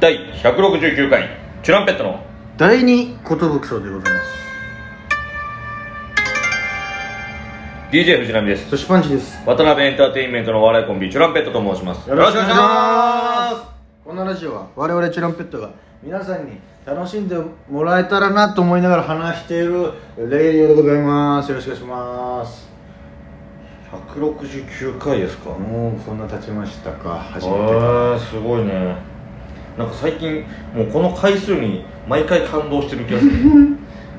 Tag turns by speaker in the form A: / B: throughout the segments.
A: 第169回チュランペットの
B: 第二寿賞でございます
A: DJ 藤波です
B: そしてパンチです
A: 渡辺エンターテインメントのお笑いコンビチュランペットと申しますよろしくお願いします
B: このラジオは我々チュランペットが皆さんに楽しんでもらえたらなと思いながら話しているレイディオでございますよろしくお願いします
A: す169回ですか
B: もうそんな経ちましたか
A: え
B: 初めて
A: ー、すごいねなんか最近もうこの回数に毎回感動してる気 がする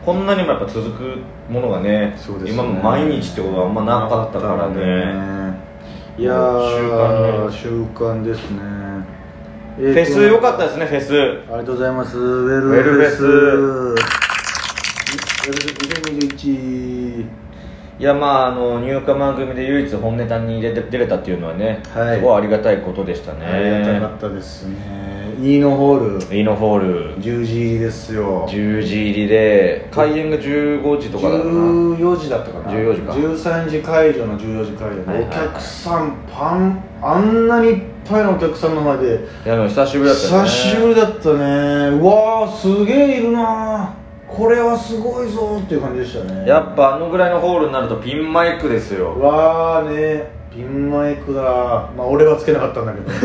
A: こんなにもやっぱ続くものがね
B: そうですね
A: 今も毎日ってことはあんまなかったからね
B: いやー
A: 習
B: 習慣ですねえ
A: フ
B: ー
A: ェス良かった
B: あ
A: ですねフェス
B: りがとうございますウェル
A: ウェルフェス
B: ウェルフェス2021
A: いやまああの入荷番組で唯一本ネタに入れて出れたっていうのはね、
B: はい
A: すごいありがたいことでしたね
B: ありがたかったですね飯野ホール
A: イノホール
B: 10時入りですよ
A: 10時入りで開演が15時とかだからな
B: 14時だったかな
A: 14時か
B: 13時解除の14時解除
A: はい
B: で
A: はい
B: お客さんパンあんなにいっぱいのお客さんの前で
A: いやでも久しぶりだったよ
B: 久
A: ね
B: しぶりだったねうわーすげえいるなこれはすごいぞーっていう感じでしたね
A: やっぱあのぐらいのホールになるとピンマイクですよ
B: わーねピンマイクだまあ俺はつけなかったんだけど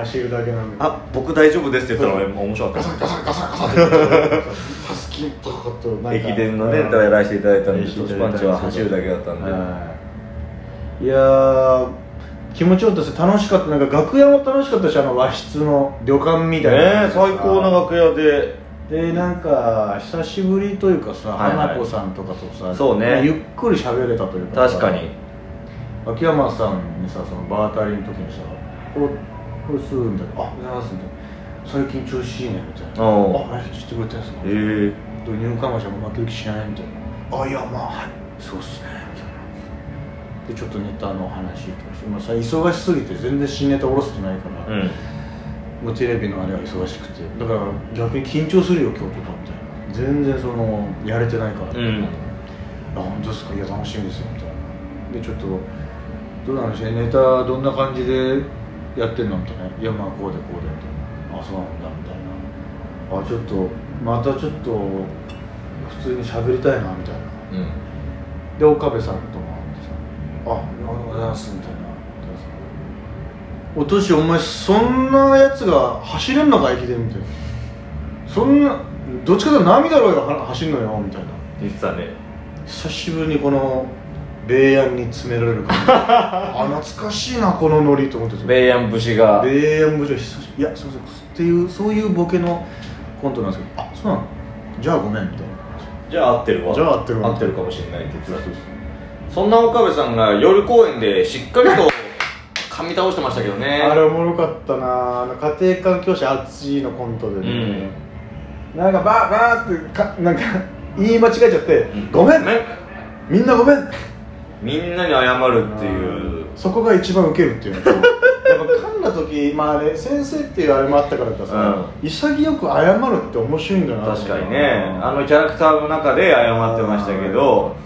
B: 走るだけなんだけど
A: あ僕大丈夫ですって言ったら俺もう面白かったです
B: ハスキーとかとなんか
A: 駅伝のねだからやらせていただいたんで
B: うん
A: トシパンチは走るだけだったんで
B: はいいやー気持ちよかったです楽しかったなんか楽屋も楽しかったしあの和室の旅館みたいな
A: ねえ最高な楽屋で
B: でなんか久しぶりというかさ、
A: はいはい
B: 花子さんとかとさ
A: そうね
B: まあゆっくり喋れたというかさ
A: 確かに
B: 秋山さんにさそのバータリーの時にさ「これこれするんだけどあっなすんだ最近調子いいね」みたいな「
A: おう
B: ああれ知ってくれたやつな
A: ええ
B: 導入緩和者も負ける気しないみたいな「あいやまあはいそうっすね」みたいなでちょっとネタの話とかして、まあ、さ忙しすぎて全然新ネタ下ろせてないか
A: う
B: ら、
A: ん
B: もうテレビのあれは忙しくてだから逆に緊張するよ今日とかみたいな全然そのやれてないから、
A: うん
B: あ本当ですかいや楽しみですよみたいなでちょっとどうなんでしょうねネタどんな感じでやってんのみたいないやまあこうでこうでみたいなあそうなんだみたいなあちょっとまたちょっと普通に喋りたいなみた
A: う
B: いな
A: ん
B: で岡部さんとも会ってさ「あありがとうございます」みたいな「おとしお前そんなやつが走れんのか駅伝」みたいな「そんなどっちかというと涙ろがは走んのよ」みたいな
A: 実はね
B: 久しぶりにこの米安に詰められる感 じあ懐かしいなこのノリと思って米
A: ベイヤン節が
B: 安部長久しぶりいやすいませんっていうそういうボケのコントなんですけど「あそうなのじゃあごめん」みたいな
A: じゃあ合ってるわ
B: じゃあ合ってるわ
A: 合ってるかもしれないって言ってたそんな岡部さんが夜公演でしっかりと噛み倒してましたけどね
B: あれおもろかったなあの家庭環境者熱いのコントで
A: う
B: ね
A: ん、
B: なんかバーバーってかなんか言い間違えちゃって、ごめん
A: ね
B: みんなごめんっ
A: みんなに謝るっていう
B: そこが一番ウケるってい うのとやっぱ噛んだ時まああれ先生っていうあれもあったからかさ、潔く謝るって面白いんだな
A: 確かにねあのキャラクターの中で謝ってましたけど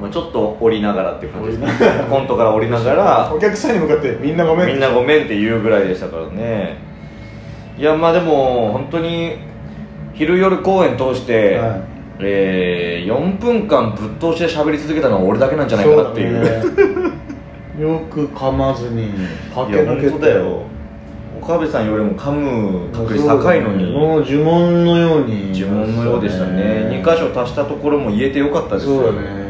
A: まあ、ちょっと降りながらっていう感じですねコントから降りながら
B: お客さんに向かってみんなごめん
A: みんなごめんって言うぐらいでしたからねいやまあでも本当に昼夜公演通して、
B: はい
A: えー、4分間ぶっ通して喋り続けたのは俺だけなんじゃないかなっていう
B: そうだねよく噛まずに
A: いや本当だよ岡部さんよりも噛む確率高いのに
B: もう呪文のように
A: 呪文のようでしたね2箇所足したところも言えてよかったですよ
B: そうだね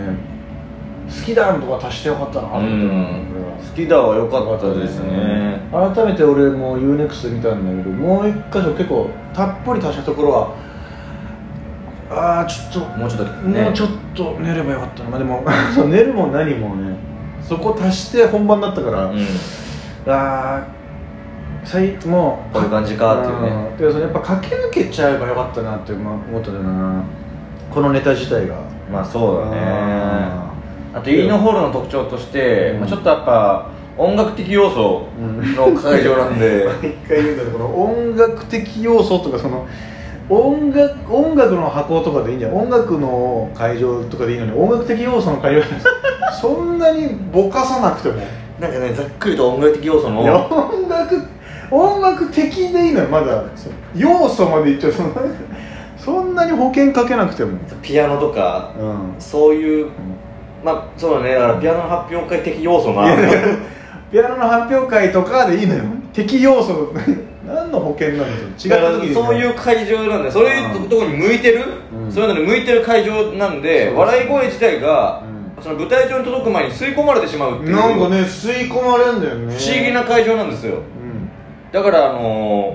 B: 好きだとか足してよかったな
A: う
B: これは
A: ん好きだは良かったですね
B: 改めて俺も UNEXT 見たんだけどもう一箇所結構たっぷり足したところはああちょっと
A: もうちょっとね
B: もうちょっと寝ればよかったな、まあ、でもそう寝るも何もねそこ足して本番だったから、
A: うん
B: あー最もう
A: こういう感じかっていうね
B: んでもそれやっぱ駆け抜けちゃえばよかったなって思ったよなこのネタ自体が
A: まあそうだね
B: あ
A: あとイーノホールの特徴として、
B: うん
A: まあ、ちょっとやっぱ音楽的要素の会場なんで、
B: 一回言うんだけどこの音楽的要素とかその音楽音楽の箱とかでいいんじゃない音楽の会場とかでいいのに音楽的要素の会場そんなにぼかさなくても
A: なんかねざっくりと音楽的要素
B: いや
A: の
B: 音楽音楽的でいいのよまだ要素までいっちゃうそのそんなに保険かけなくても
A: ピアノとか
B: うん
A: そういうまあそうだねだからピアノの発表会的要素が
B: いやだからピアノの発表会とかでいいのよ敵要素何の保険なの違った時
A: だから
B: に
A: そういう会場なんでそういうところに向いてる、
B: うん
A: そういうのに向いてる会場なんで
B: そう
A: 笑い声自体が、
B: う
A: その舞台上に届く前に吸い込まれてしまうっていう
B: なんかね吸い込まれんだよね
A: 不思議な会場なんですよ
B: うん
A: だからあの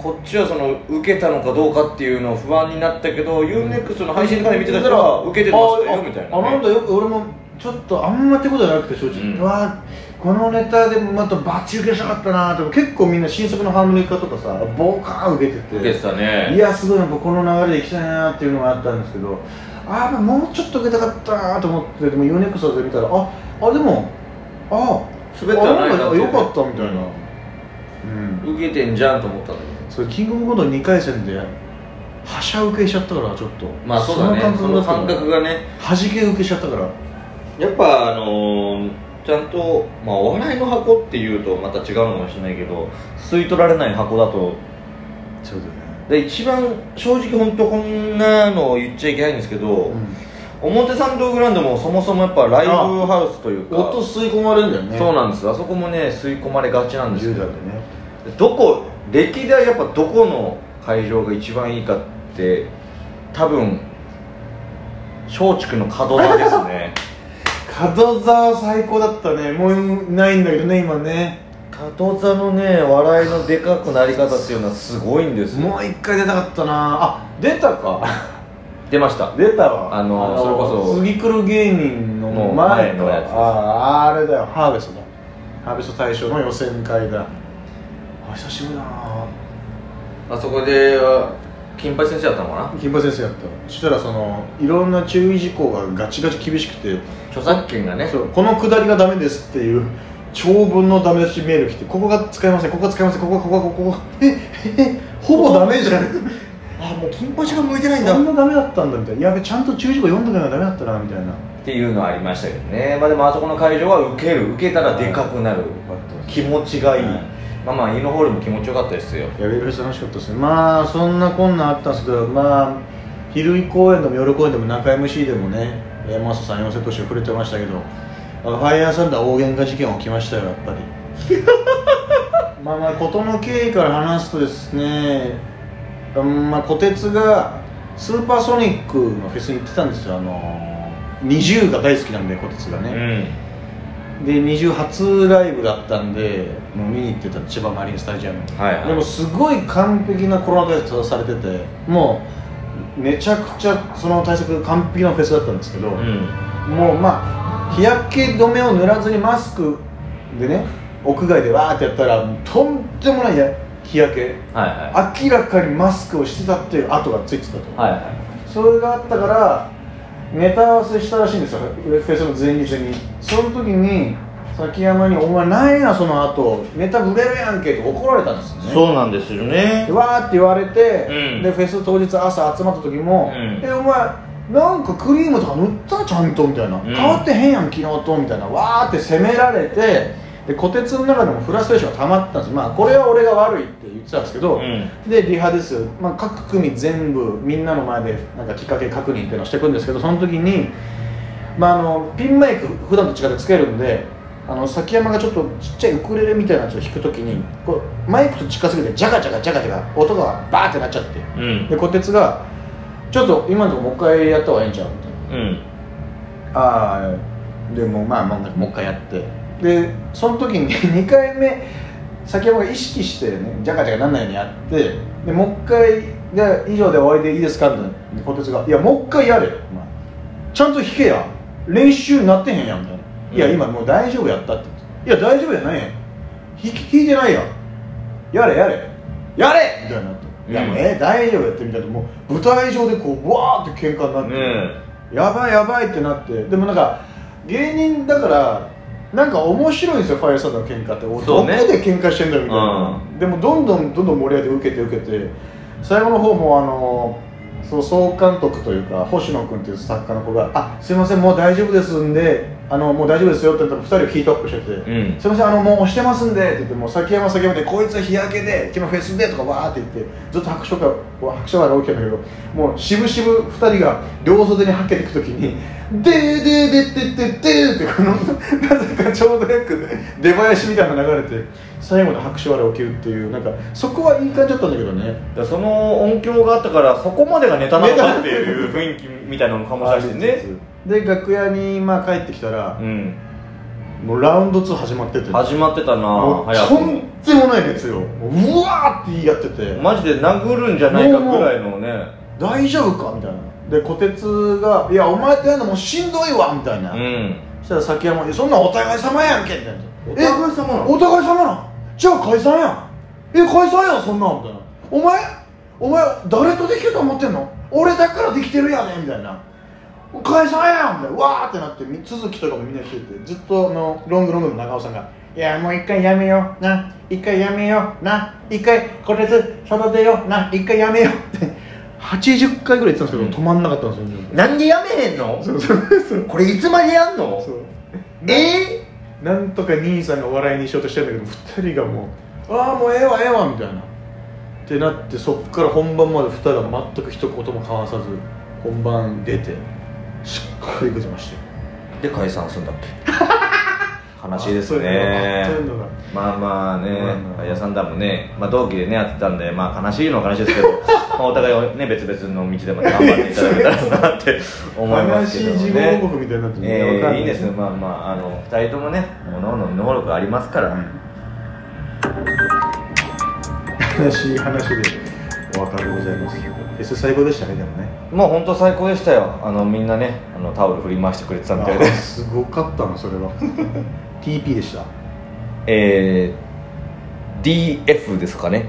A: ーこっちはその受けたのかどうかっていうのは不安になったけど、UNEXT の配信とかで見てた人は受けてましたよみたいな、
B: ああなん
A: ね、
B: だよく俺もちょっとあんまってことじゃなくて正直、
A: うん
B: うわあこのネタでまたバチ受けしたかったなーって結構みんな新作のハーモニカとかさボーカーン受けてて
A: 受けてたね
B: いやすごいなんかこの流れでいきたいなっていうのがあったんですけどあーまあもうちょっと受けたかったなと思ってでも UNEXT で見たらああでもああ
A: 滑ってはないなっていうね
B: よかったみたいな、うん
A: 受けてんじゃんと思ったんだけ
B: それキングオブコント2回戦ではしゃ受けしちゃったからちょっと
A: どまあそうだねその感覚がね
B: はじけ受けしちゃったから
A: やっぱあのーちゃんと、まあ、お笑いの箱っていうとまた違うのかもしれないけど吸い取られない箱だと
B: そうだよね
A: で一番正直本当こんなの言っちゃいけないんですけど、表参道グランドもそもそもやっぱライブハウスというか
B: 音吸い込まれるんだよね
A: そう
B: な
A: なんですあそこもね吸い込まれがちなんですけど
B: 10代でね
A: どこ歴代やっぱどこの会場が一番いいかって多分松竹の門座です ね
B: 門沢最高だったねもうないんだけどね今ね
A: 門座のね笑いのでかくなり方っていうのはすごいんですよ
B: もう一回出たかったなあ出たか
A: 出ました
B: 出たわ
A: あのそれこそ
B: 次来る芸人の
A: の
B: 前
A: 前
B: の
A: のやつです
B: あああれだよハーベストだハーベスト大賞の予選会だあ久しぶりだな
A: あそこで金八先生やったのかな
B: 金馬先生やったそしたらそのいろんな注意事項がガチガチ厳しくて、
A: 著作権がね
B: そうこのくだりがダメですっていう長文のダメ出しメール来てここが使えませんここが使えませんここがここがここがええほぼダメじゃん
A: あもう金八が向いてない
B: そんなダメだったんだみたいなやべちゃんと注意事項読んどかなきゃダメだったなみたいなよ
A: っていうのはありましたけどねまあでもあそこの会場は受ける受けたらでかくなる
B: かった
A: 気持ちがいい、
B: はい
A: まあまあイノホールも気持ちよかったですよ
B: やべえ楽しかったですねまあそんなこんなんあったんですけどまあ昼井公園でも夜公園でも中 MC でもね山下さん四千頭身触れてましたけどあファイヤーサンダー大喧嘩事件起きましたよやっぱりまあまあ事の経緯から話すとですねうんまあ、小鉄がスーパーソニックのフェスに行ってたんですよあの NiziU が大好きなんで小鉄がね、
A: う
B: で20初ライブだったんでもう見に行ってた千葉マリンスタジアム、
A: はいはい
B: でもすごい完璧なコロナ対策されててもうめちゃくちゃその対策完璧なフェスだったんですけど、
A: んうん
B: もうまあ日焼け止めを塗らずにマスクでね屋外でわーってやったらとんでもないや日焼け
A: はいは
B: 明らかにマスクをしてたっていう跡がついてたと、
A: いはいはい
B: それがあったからネタ合わせしたらしいんですよフェスの前日にその時に崎山に「お前ないなその後ネタブレるやんけ」って怒られたんですよね
A: そうなんですよね
B: でわーって言われて、
A: うん
B: でフェス当日朝集まった時も「
A: うん
B: えお前なんかクリームとか塗ったちゃんと」みたいな「
A: ん
B: 変わってへんやん昨日と」みたいなわーって責められてで虎鉄の中でもフラストレーションが溜まってたんですまあこれは俺が悪いって言ってたんですけど、
A: うん
B: でリハです、まあ、各組全部みんなの前でなんかきっかけ確認っていうのをしていくんですけどその時に、まあ、あのピンマイク普段と違ってつけるんであの崎山がちょっとちっちゃいウクレレみたいなやつを弾く時にこうマイクと近すぎてジャガジャガジャガジャガ音がバーってなっちゃって
A: うん
B: でこてつが「ちょっと今のとこもう一回やった方がいいんちゃう?」みたいな。
A: うん
B: ああでもまあまあもう一回やってでその時に 2回目崎山が意識してねジャカジャカなんないようにやってでもう一回で以上で終わりでいいですかみたいなこてつが「いやもう一回やれよ、お前ちゃんと弾けや練習なってへんやん」みたいな「いや
A: うん
B: 今もう大丈夫やった」って言って「いや大丈夫やないやん弾き弾いてないやんやれやれやれ!」みたいになって「いやもうええ大丈夫やって」みたいなもう舞台上でこうわーって喧嘩になって。
A: ね
B: やばいやばいってなってでもなんか芸人だからなんか面白いんですよファイヤーサンダーの喧嘩ってお
A: そうね
B: どこで喧嘩してんだよみたいな、でもどんどんどんどん盛り上げて受けて受けて最後の方もあのその総監督というか星野君っていう作家の子が「あすいませんもう大丈夫ですんであのもう大丈夫ですよって言ったら2人をヒートアップしてて、
A: うん
B: すいませんあのもう押してますんでって言ってもう崎山崎山でこいつは日焼けで君はフェスでとかわーって言ってずっと拍手が拍手が起きてたんだけどもう渋々2人が両袖にはけていく時に「でーでーでーでーでーでーってこのなぜかちょうどよく出囃子みたいなの流れて最後の拍手笑起きるっていうなんかそこはいい感じだったんだけどね
A: だからその音響があったからそこまでがネタなのかっていう雰囲気みたいなのかもしれないですね
B: で楽屋にまあ帰ってきたら
A: う、ん
B: もうラウンド2始まってて
A: 始まってたな
B: もう
A: 早
B: と
A: く
B: ん
A: も
B: でもない熱量うわーって言い合ってて、
A: マジで殴るんじゃないかぐらいのね
B: 大丈夫かみたいなで虎鉄が「いやお前ってやるのもうしんどいわ」みたいな、
A: うん
B: そしたら崎山に「そんなんお互い様やんけ」みたいな「え
A: い様
B: お互い様なんじゃあ解散やんえ解散やんそんなん」みたいな「お前お前誰とできると思ってんの俺だからできてるやねみたいな解散やんみたいなわーってなってみ続きとかもみんなしててずっとあのロングロングの長尾さんが「いやもう一回やめような一回やめような一回これず育てような一回やめよう」って80回ぐらい言ってたんですけど、
A: うん
B: 止まんなかったんですよ
A: なんでやめへんの
B: そうそうそう
A: これいつまでやんの
B: そう
A: え
B: なんとか兄さんがお笑いにしようとしてんだけど2人がもう「ああもうええわええわ」みたいなってなってそっから本番まで2人は全く一言も交わさず本番出てしっかりくじまして
A: ー、で解散するんだっけ 悲しいです
B: あ
A: ね
B: そういうのが
A: まあまあね
B: まあまあ
A: 林さんだもね、まあ、同期でねやってたんでまあ悲しいのは悲しいです けどまあお互いをね別々の道でも頑張っていただけたらな って思いますけど
B: 悲しい地
A: ね
B: 獄王国みたいになってる
A: え
B: ねわかん
A: ー、
B: ない
A: いいですよまあまああの2人ともね各々の能力ありますから、
B: 悲しい話でお別れでございます S 最高でしたねでもね
A: もう本当最高でしたよあのみんなねあのタオル振り回してくれてたみたい
B: あ
A: で
B: ーすごかったなそれ は TP でした
A: えー、DF ですかね